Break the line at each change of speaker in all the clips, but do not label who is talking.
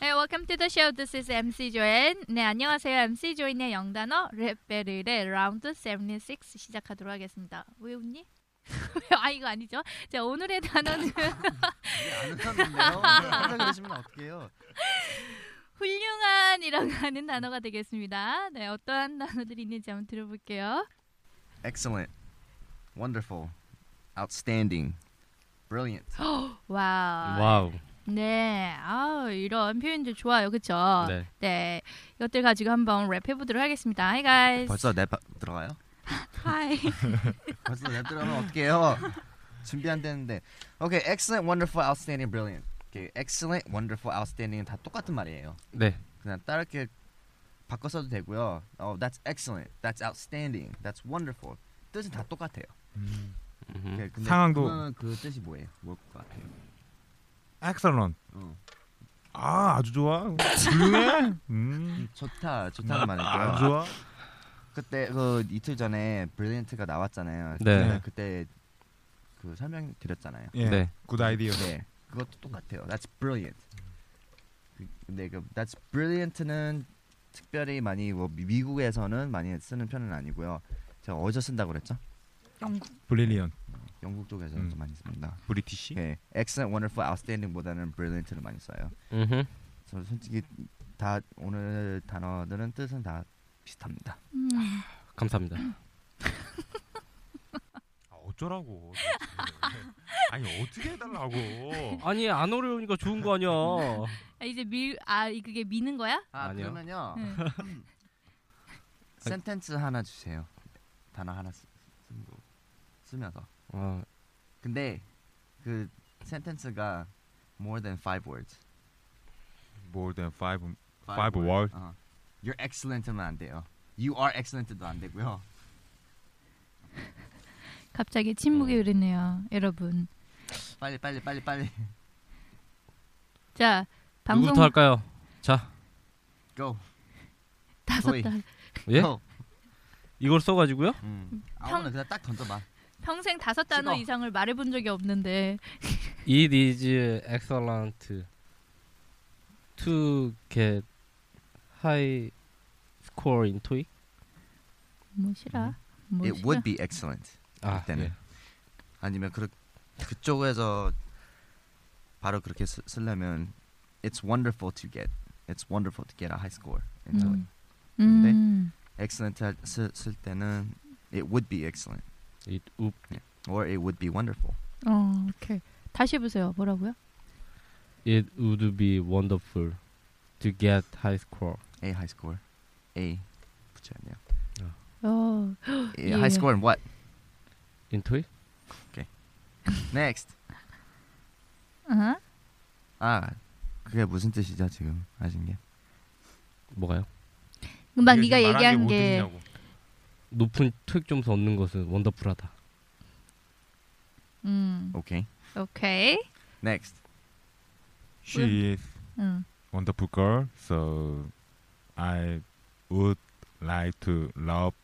Hey, welcome to the show. This is MC 조엔. 네, 안녕하세요. MC 조엔의 영단어 랩베르의 라운드 76 시작하도록 하겠습니다. 왜 웃니? 아 이거 아니죠. 자 오늘의 단어는
아는 사람인데요. 항상 그러시면 어떡해요.
훌륭한이라고 하는 단어가 되겠습니다. 네, 어떠한 단어들이 있는지 한번 들어볼게요.
Excellent. Wonderful. Outstanding. Brilliant.
와우.
와우.
네, 아 이런 표현들 좋아요, 그렇죠?
네.
네, 이것들 가지고 한번 랩해 보도록 하겠습니다. Hi guys.
벌써 랩 들어가요?
Hi.
벌써 랩 들어가면 어떡해요. 준비 안 되는데. Okay, excellent, wonderful, outstanding, brilliant. Okay, excellent, wonderful, outstanding 다 똑같은 말이에요.
네.
그냥 따로 이렇게 바꿔 써도 되고요. Oh, that's excellent. That's outstanding. That's wonderful. 뜻은 다 똑같아요.
음.
Okay, 근데
상황도-
그거는 그 뜻이 뭐예요? 뭘 것 같아요?
엑셀런.
어.
아 아주 좋아. 훌륭해. 음.
음, 좋다, 좋다는 말이고요.
아주 좋아.
그때 그 이틀 전에 브릴리언트가 나왔잖아요.
네.
제가 그때 그 설명 드렸잖아요.
예.
네.
굿 아이디어.
네. 그것도 똑같아요. That's brilliant. 그- 근데 그 That's brilliant는 특별히 많이 뭐 미- 미국에서는 많이 쓰는 편은 아니고요. 제가 어디서 쓴다고 그랬죠?
브릴리언.
영국 쪽에서
음.
좀 많이 씁니다.
브리티시.
네. Excellent, wonderful, outstanding보다는 brilliant를 많이 써요.
음흠.
저 솔직히 다 오늘 단어들은 뜻은 다 비슷합니다.
음,
감사합니다.
아, 어쩌라고. 아니 어떻게 해달라고.
아니 안 어려우니까 좋은 거 아니야.
아, 이제 밀아 그게 미는 거야?
아
아니요.
그러면요.
네.
센텐스 하나 주세요. 단어 하나 쓰, 쓰- 쓰면서.
아,
근데 그 센텐스가 more than five words.
More than five. Five words.
어. You're excellent면 안 돼요. You are excellent도 안 되고요.
갑자기 침묵이 흐르네요, 여러분.
빨리 빨리 빨리 빨리
자, 방송
누구부터 할까요? 자,
go.
다섯
저희.
다
예?
go.
이걸 써가지고요.
음.
평-
아무나 그냥 딱 던져봐.
평생 다섯 단어
찍어.
이상을 말해본 적이 없는데
It is excellent to get high score in TOEIC.
뭐시라? 뭐시라?
It would be excellent.
아,
그때는.
예.
아니면 그 그쪽에서 바로 그렇게 쓰, 쓰려면 it's wonderful to get. It's wonderful to get a high score. in TOEIC.
음. 음.
excellent 할- 쓰, 쓸 때는 it would be excellent
예. It would
or it would be wonderful.
어, 오케이. 다시 해보세요. 뭐라고요?
it would be wonderful to get high score.
A high score. A 붙여야 돼요.
어,
A
예.
high score in what?
in TOEIC.
Next.
아,
아 그게 무슨 뜻이죠 지금 아신 게?
뭐가요?
막 네가
이게 지금 말하는
얘기한
못
게
듣냐고.
높은 TOEIC 점수 얻는 것은 원더풀하다.
음,
오케이.
오케이.
Next.
She is
음.
wonderful girl. So I would like to love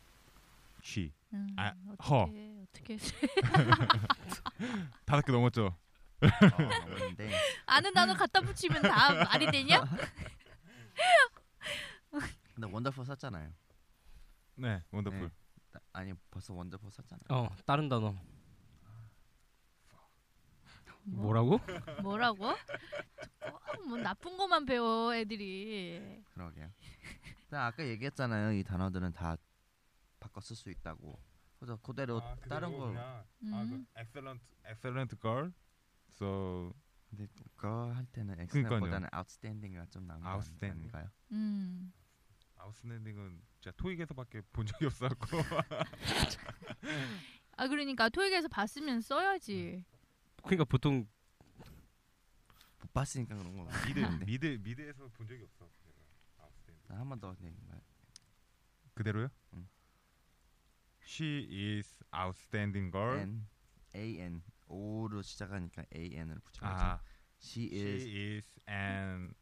she.
음.
아, 허.
어떻게 어떻게
다섯 개 넘었죠.
어,
넘었는데
아는 단어 갖다 붙이면 다 말이 되냐?
근데 wonderful 썼잖아요.
네, 원더풀.
따- 아니 벌써 원더풀 썼잖아.
어 다른 단어 뭐라고?
뭐라고? 어, 꼭뭐 나쁜 것만 배워 애들이.
그러게요. 일단 아까 얘기했잖아요. 이 단어들은 다 바꿔 쓸 수 있다고. 그래서 그대로
아.
다른 거
음.
그 excellent, excellent girl. So
근데 그거할 때는 엑스보다는
그러니까요.
아웃스탠딩이가 좀 나은 거
Outstanding.
아닌가요?
음.
아웃스탠딩은 진짜 토익에서밖에 본 적이 없어갖고
아 그러니까 토익에서 봤으면 써야지.
그러니까 보통
못 봤으니까 그런 거
미드
같은데.
미드 미드에서 본 적이 없어. 제가 아웃스탠딩.
한번더 얘기해봐요.
그대로요?
응.
She is outstanding girl.
N A N O로 시작하니까 A N을 붙여야죠.
아,
She is
she is an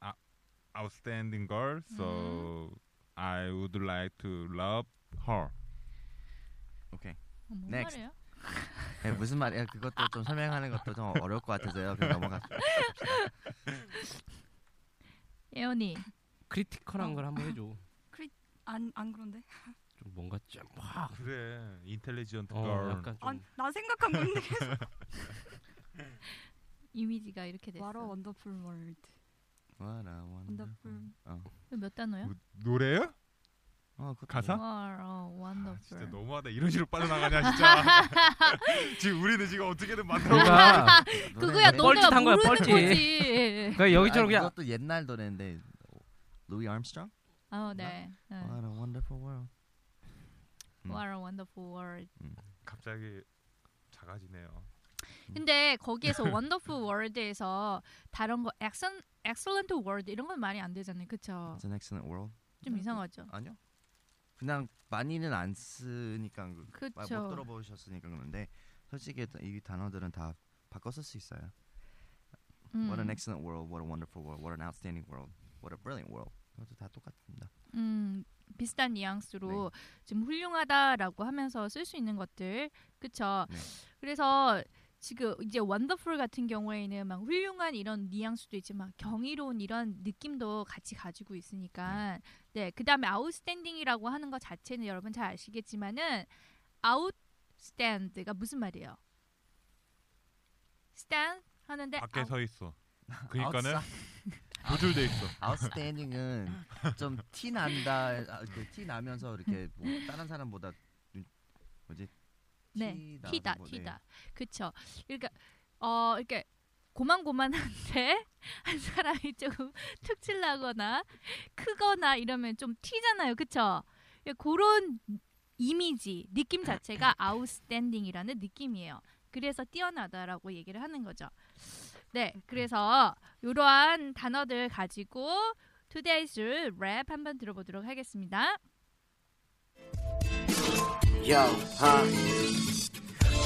o- outstanding girl. So I would like to love her.
오케이.
어, 뭔
Next.
말이에요?
네, 무슨 말이야? 그것도 좀 설명하는 것도 좀 어려울 것 같아서요. 그냥 넘어갈게요.
예언이.
크리티컬한
어.
걸 한번 해줘
안, 안 그런데?
좀 뭔가 좀확
아, 그래, intelligent
어,
girl.
약간
안,
좀
아, 나 생각한 건데
이미지가 이렇게 됐어.
와라 원더풀 월드
What a wonderful.
원더풀
어.
이거 몇 단어야?
뭐, 노래요?
어, 그것도
가사?
와라 원더풀.
진짜 너무하다. 이런 식으로 빠져나가냐 진짜. 지금 우리는 지금 어떻게든 만들어.
뭔가
노래-
그거야
노래-
뻘짓
너네가
한 거야,
모르는 예,
뻘짓.
거지.
그러니까 여기처럼
아니,
그냥
그것도 옛날 노래인데 루이 암스트롱?
아 네. 네.
What a wonderful world. 음.
What a wonderful world.
갑자기 작아지네요.
근데 거기에서 wonderful world에서 다른 거 excellent, excellent world 이런 건 말이 안 되잖아요. 그쵸?
It's an excellent world.
좀 이상하죠.
아니요. 그냥 많이는 안 쓰니까 그- 아, 못
그쵸?
들어보셨으니까 그런데 솔직히 이 단어들은 다 바꿔 쓸 수 있어요.
음.
What an excellent world, what a wonderful world, what an outstanding world, what a brilliant world. 그것도 다 똑같습니다.
음, 비슷한 뉘앙스로
네.
좀 훌륭하다라고 하면서 쓸 수 있는 것들 그쵸
네.
그래서 지금 이제 원더풀 같은 경우에는 막 훌륭한 이런 뉘앙스도 있지만 경이로운 이런 느낌도 같이 가지고 있으니까 네 그다음에 아웃스탠딩이라고 하는 것 자체는 여러분 잘 아시겠지만은 아웃스탠드가 무슨 말이에요? 스탠 하는데
밖에
네, 아웃- 아.
서 있어. 그러니까는
Outside-
노출돼 있어.
outstanding은 좀 티 난다, 아, 그티 나면서 이렇게 뭐 다른 사람보다 눈- 뭐지?
네,
나는
티다,
뭐- 네.
티다. 그쵸. 그러니까 어 이렇게 고만고만한데 한 사람이 조금 특질나거나 크거나 이러면 좀 튀잖아요, 그쵸? 예, 그런 이미지, 느낌 자체가 아웃스탠딩이라는 느낌이에요. 그래서 뛰어나다라고 얘기를 하는 거죠. 네, 그래서 이러한 단어들 가지고 Today's Rap 한번 들어보도록 하겠습니다.
Yo, huh?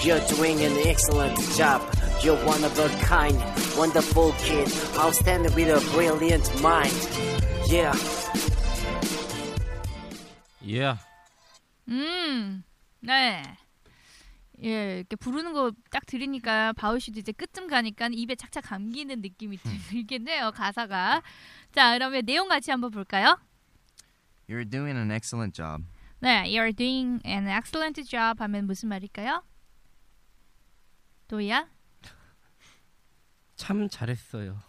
You're doing an excellent job. You're one of a kind, wonderful kid, outstanding with a brilliant mind. Yeah.
예 yeah.
음, 네. 예, 이렇게 부르는 거 딱 들으니까 바울 씨도 이제 끝쯤 가니까 입에 착착 감기는 느낌이 들긴 해요 가사가. 자, 그러면 내용 같이 한번 볼까요?
You're doing an excellent job.
네, you're doing an excellent job 하면 무슨 말일까요? 도희야?
참 잘했어요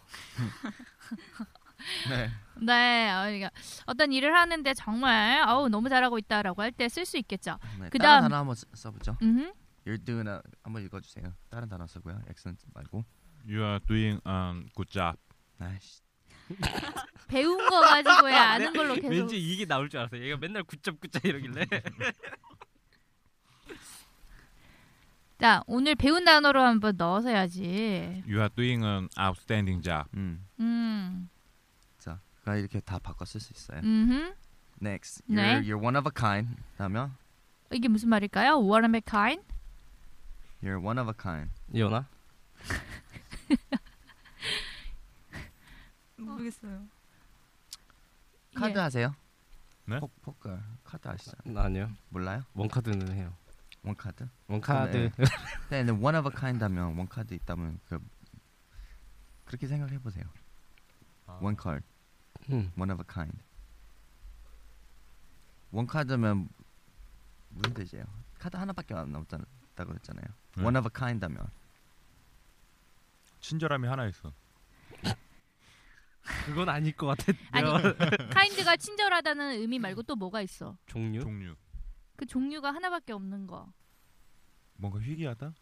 네, 어, 그러니까 어떤 일을 하는데 정말 어우 너무 잘하고 있다라고 할 때 쓸 수 있겠죠.
네,
그다음-
다른 단어 한번 써- 써보죠.
음,
You're doing a 한번 읽어주세요. 다른 단어 쓰고요. excellent 말고.
You are doing a good job.
아이씨.
배운 거 가지고야 아는 걸로 계속.
네. 왠지 이게 나올 줄 알았어 얘가 맨날 굿잡굿잡 이러길래
자, 오늘 배운 단어로 한번 넣어서 해야지.
You are doing an outstanding job.
음.
음.
자, 그러니까 이렇게 다 바꿔 쓸 수 있어요.
음.
Next,
네.
you're you're one of a kind. 다음에
이게 무슨 말일까요? What am I kind?
you're one of a kind.
예언아
모르겠어요
예.
카드 하세요?
네?
포, 포커 카드 아시죠?
아니요
몰라요?
원카드는 해요
원 카드?
원카드
네, 근데 one of a kind하면 원 카드 있다면 그 그렇게 생각해 보세요.
아.
One card,
음.
one of a kind. 원 카드면 무슨 뜻이에요? 카드 하나밖에 안 남았다고 했잖아요.
네.
One of a kind 하면
친절함이 하나 있어.
그건 아닐 것 같아.
아니 카인드가 친절하다는 의미 말고 또 뭐가 있어?
종류?
종류.
그 종류가 하나밖에 없는 거.
뭔가 희귀하다.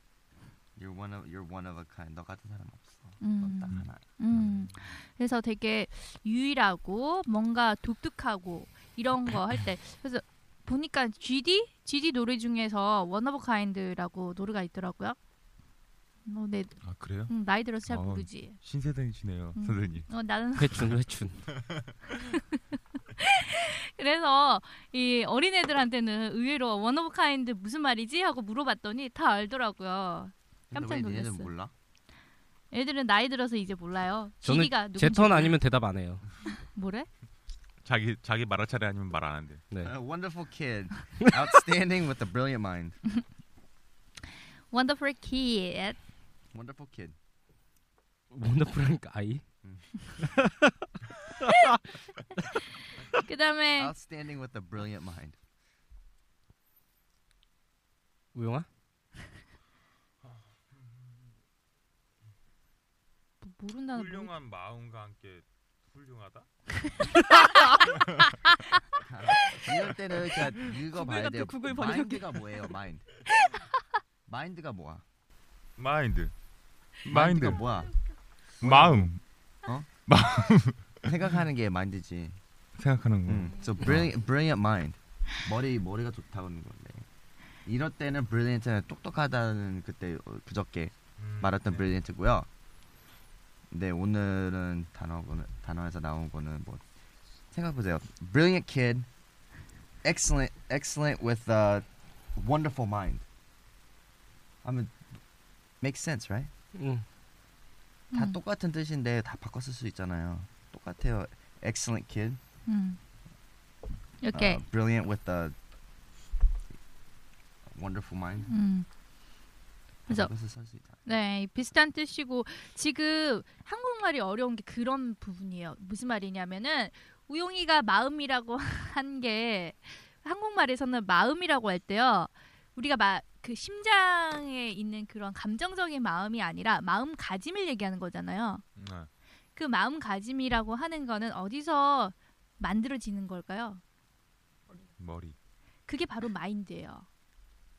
You're one of you're one of a kind. 너 같은 사람 없어.
음.
넌딱 하나.
음. 그래서 되게 유일하고 뭔가 독특하고 이런 거 할 때 그래서 보니까 GD GD 노래 중에서 원 오브 카인드라고 노래가 있더라고요. 어, 내
아 그래요?
음, 나이 들어서 잘
어.
모르지.
신세대이시네요,
음.
선생님.
어, 나는
회춘 회춘.
그래서 이 어린애들한테는 의외로 원 오브 카인드 무슨 말이지 하고 물어봤더니 다 알더라고요. 깜짝
근데 왜 얘네들
놀랐어요.
몰라?
애들은 나이 들어서 이제 몰라요.
저는
GD가 누군지
제 턴 아니면 대답 안 해요.
뭐래?
자기 자기 말할 차례 아니면 말 안 한대.
네.
A wonderful kid, outstanding with a brilliant mind.
Wonderful kid.
Wonderful kid.
원더풀하니까 아이.
그다음에
아,
Outstanding with a brilliant mind.
우영아?
뭐- 모른다는 뭐-
훌륭한 마음과 함께 훌륭하다.
이럴 때는 진짜 읽어봐야
같은
돼요.
구글 번역.
마인드가 뭐예요? 마인드. 마인드가 뭐야?
마인드. 마인드.
마인드가 뭐야?
마음.
생각하는 게 마인드지.
생각하는 거.
음. So brilliant, brilliant mind. 머리 머리가 좋다는 건데. 이럴 때는 brilliant는 똑똑하다는 그때 어, 그저께 말했던 brilliant고요. 네 오늘은 단어는 단어에서 나온 거는 뭐 생각보세요. Brilliant kid, excellent, excellent with a wonderful mind. I mean, makes sense, right?
응.
다
음,
똑같은 뜻인데 다 바꿔 쓸 수 있잖아요. 똑같아요. Excellent kid.
음. 이렇게
아.
Uh, brilliant with a wonderful mind.
음. 그래서
바꿔서 쓸수 있다.
Mm. 네 비슷한 뜻이고 지금 한국말이 어려운 게 그런 부분이에요. 무슨 말이냐면은 우용이가 마음이라고 한 게 한국말에서는 마음이라고 할 때요. 우리가 마, 그 심장에 있는 그런 감정적인 마음이 아니라 마음가짐을 얘기하는 거잖아요.
네.
그 마음가짐이라고 하는 거는 어디서 만들어지는 걸까요?
머리.
그게 바로 마인드예요.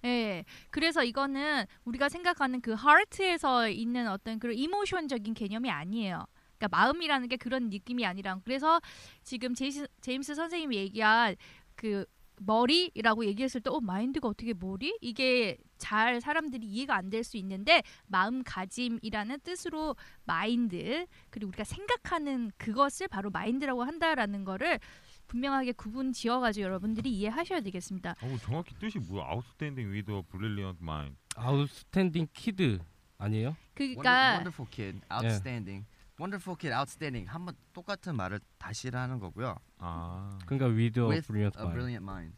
예. 그래서 이거는 우리가 생각하는 그 하트에서 있는 어떤 그런 이모션적인 개념이 아니에요. 그러니까 마음이라는 게 그런 느낌이 아니라 그래서 지금 제이스, 제임스 선생님이 얘기한 그 머리라고 얘기했을 때 어, 마인드가 어떻게 머리? 이게 잘 사람들이 이해가 안 될 수 있는데 마음가짐이라는 뜻으로 마인드 그리고 우리가 생각하는 그것을 바로 마인드라고 한다라는 거를 분명하게 구분 지어 가지고 여러분들이 이해하셔야 되겠습니다.
어우 정확히 뜻이 뭐야? Outstanding with a brilliant mind.
아웃스탠딩 키드 아니에요?
그러니까
wonderful kid, outstanding. Wonderful kid, outstanding. 한번 똑같은 말을 다시 하는 거고요.
아.
그러니까 with a
with
brilliant
a
mind.
brilliant mind.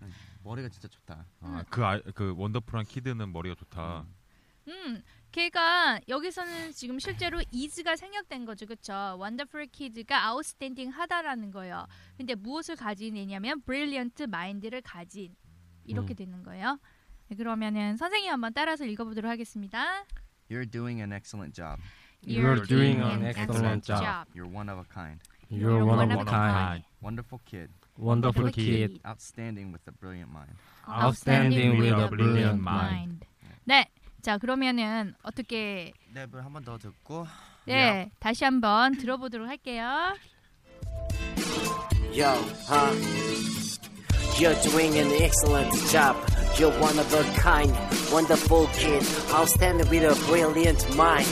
음, 머리가 진짜 좋다.
아, 그 아이 그 원더풀한 키드는 머리가 좋다.
음 걔가 여기서는 지금 실제로 이즈가 생략된 거죠, 그렇죠? 원더풀 키드가 아웃스탠딩 하다라는 거예요. 근데 무엇을 가진 애냐면 브릴리언트 마인드를 가진 이렇게
음.
되는 거예요. 네, 그러면은 선생님 한번 따라서 읽어보도록 하겠습니다.
You're doing an excellent job.
You're doing
an
excellent job.
You're one of a kind.
You're one of a kind.
Wonderful kid,
Wonderful kid.
outstanding with a brilliant mind.
Outstanding
with a brilliant mind.
네, 자 그러면은 어떻게
랩을 한 번 더 듣고
네 다시 한번 들어보도록 할게요.
Yo, huh? You're doing an excellent job. You're one of a kind, wonderful kid. Outstanding with a brilliant mind.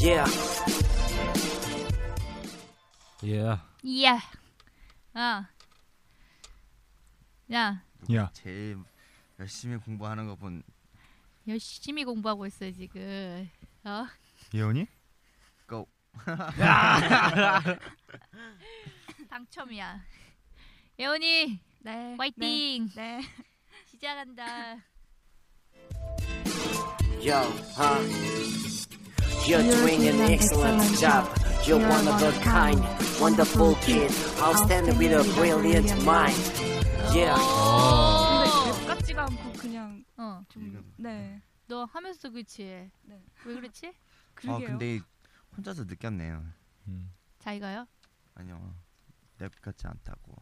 Yeah.
Yeah.
예. 아. 야,
야.
제일 열심히 공부하는 거 본
열심히 공부하고 있어요, 지금. 어?
예원이?
go.
당첨이야. 예원이,
네.
화이팅!
네. 네.
시작한다.
Yo, huh? You're doing an excellent job. You're one of a kind, wonderful kid. Outstanding with a brilliant mind. Yeah.
어.
근데 똑같지가 않고 그냥
어,
좀 네.
너 하면서 그치?
네.
왜 그렇지?
아
그러게요.
근데 혼자서 느꼈네요.
음.
자기가요?
아니요, 랩 같지 않다고.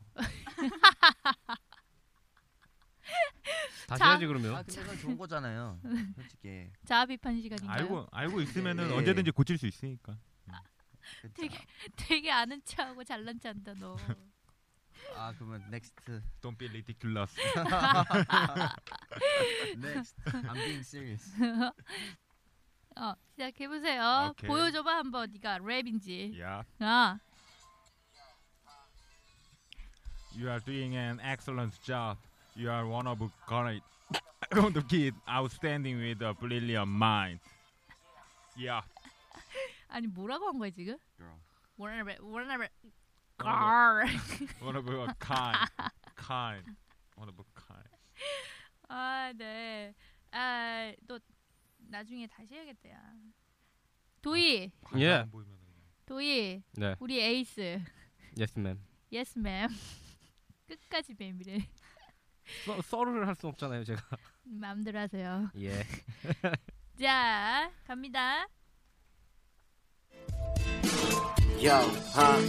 다시
자.
해야지 그러면.
아 근데 그건 좋은 거잖아요. 솔직히.
자아 비판 시간인가요?
알고 알고 있으면은
네.
언제든지 고칠 수 있으니까.
그쵸?
되게 되게 아는 척하고 잘난 척한다 너.
아 그러면 넥스트.
Don't be ridiculous.
넥스트. I'm being serious.
어, 시작해 보세요.
오케이. 예.
보여줘봐 한번 네가 랩인지.
yeah,
아,
you are doing an excellent job. You are one of a kind, one of kid, outstanding with a brilliant mind. Yeah,
아니 뭐라고 한 거야 지금?
Girl.
원래 랩, 원래 랩.
원하는
걸.
one of a kind, kind, one of a kind.
아, 네. 아, 너 나중에 다시 해야겠다. 야. 도희,
과장
Yeah.
보이면은 그냥.
도희,
네.
우리 에이스.
Yes, ma'am.
Yes, ma'am. 끝까지 뱀이래.
써, 썰을 할 수 없잖아요, 제가.
마음대로 하세요.
예.
자, 갑니다.
Yo, huh?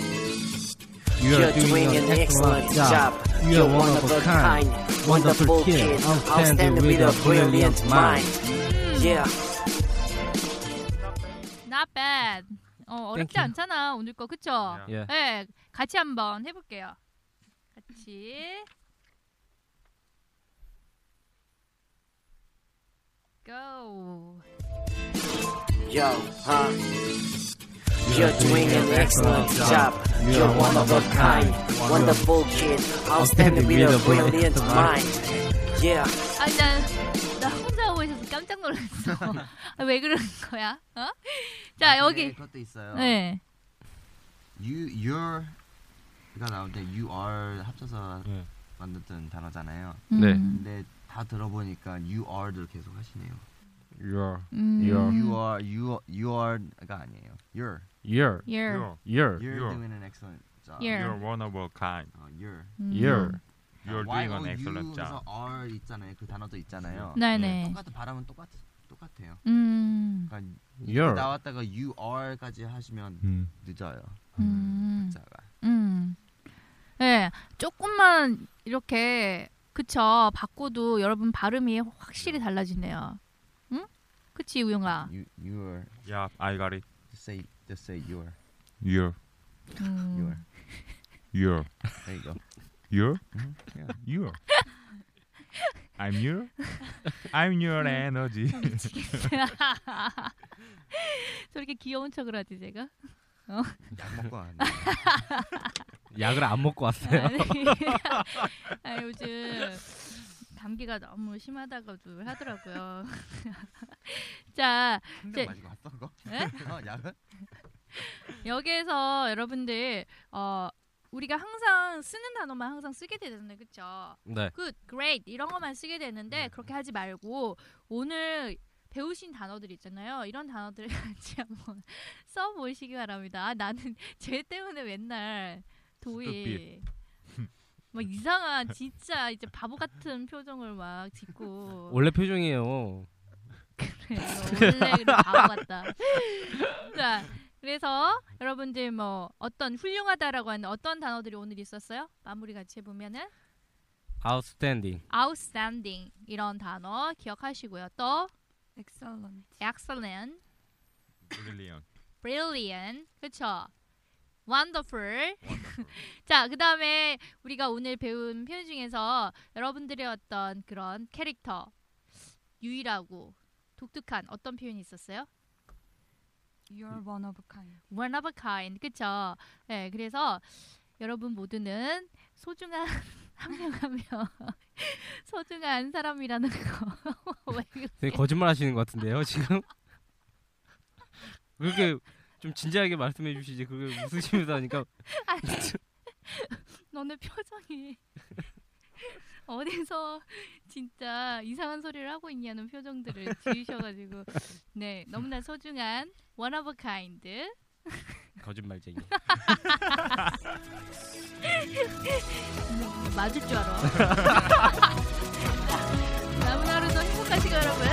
You're doing an excellent job. You're one of a kind, wonderful kid, outstanding with a brilliant mind. Yeah.
Not bad. 어, 어렵지
Thank you.
않잖아. 오늘 거 그쵸?
Yeah.
예.
네, 같이 한번 해볼게요. 같이. go.
Yo, huh? You're doing an excellent job. You're one of a kind, wonderful kid, outstanding with a brilliant mind. Yeah.
아, 나, 나 혼자 하고 있어서 깜짝 놀랐어. 아, 왜 그런 거야? 어? 자,
아, 근데
여기.
그것도 있어요.
네.
You your 가 나올 때 you are 합쳐서
네.
만든 단어잖아요.
네.
음.
근데 다 들어보니까 you are를 계속 하시네요.
Your
음.
Your.
You are you you are가 아니에요. You're
your
Your.
You're,
your
you're
You're.
doing an excellent job.
You're.
you're one of a kind.
어, you're 아,
음.
your
You're
Y
doing
O
an excellent
U
job.
그래서 are 있잖아요. 그 단어도 있잖아요.
네네.
똑같은 발음은 똑같 똑같아요.
음.
그러니까
your
나왔다가 you are까지 하시면
음.
늦어요.
음.
자가
음. 네, 조금만 이렇게 그쵸 바꿔도 여러분 발음이 확실히 달라지네요. 응? 그치 우영아.
you you're
Yeah, I got it.
just say just say you're
You're,
음.
you're 네,
you're,
there you go.
you're,
Yeah.
you're. I'm your, I'm your energy.
저렇게 귀여운 척을 하지 제가.
약 먹고 왔네.
약을 안 먹고 왔어요.
아니, 아, 요즘 감기가 너무 심하다고들 하더라고요. 자,
한병
제-
마시고 왔어 그거?
네?
어, 약은?
여기에서 여러분들 어 우리가 항상 쓰는 단어만 항상 쓰게 되잖아요, 그렇죠?
네.
good, great 이런 것만 쓰게 되는데 그렇게 하지 말고 오늘 배우신 단어들 있잖아요. 이런 단어들을 같이 한번 써보시기 바랍니다. 아, 나는 쟤 때문에 맨날 도희 막 이상한 진짜 이제 바보 같은 표정을 막 짓고
원래 표정이에요.
그래요. 원래 그런 바보 같다. 자, 그래서 여러분들 뭐 어떤 훌륭하다라고 하는 어떤 단어들이 오늘 있었어요? 마무리 같이 해보면은
Outstanding.
outstanding 이런 단어 기억하시고요. 또
Excellent.
excellent,
Brilliant.
brilliant, 그쵸? wonderful. 자, 그 다음에 우리가 오늘 배운 표현 중에서 여러분들의 어떤 그런 캐릭터 유일하고 독특한 어떤 표현이 있었어요?
You're one of a kind.
one of a kind, 그쵸? 네, 그래서 여러분 모두는 소중한 한 명 한 명 소중한 사람이라는 거. 왜 그래?
되게 거짓말 하시는 것 같은데요, 지금? 그렇게 좀 진지하게 말씀해 주시지. 그게 웃으시면서 하니까
너네 표정이 어디서 진짜 이상한 소리를 하고 있냐는 표정들을 지으셔가지고 네 너무나 소중한 one of a kind
거짓말쟁이.
맞을 줄 알아. 남은 하루도 행복하시고 여러분.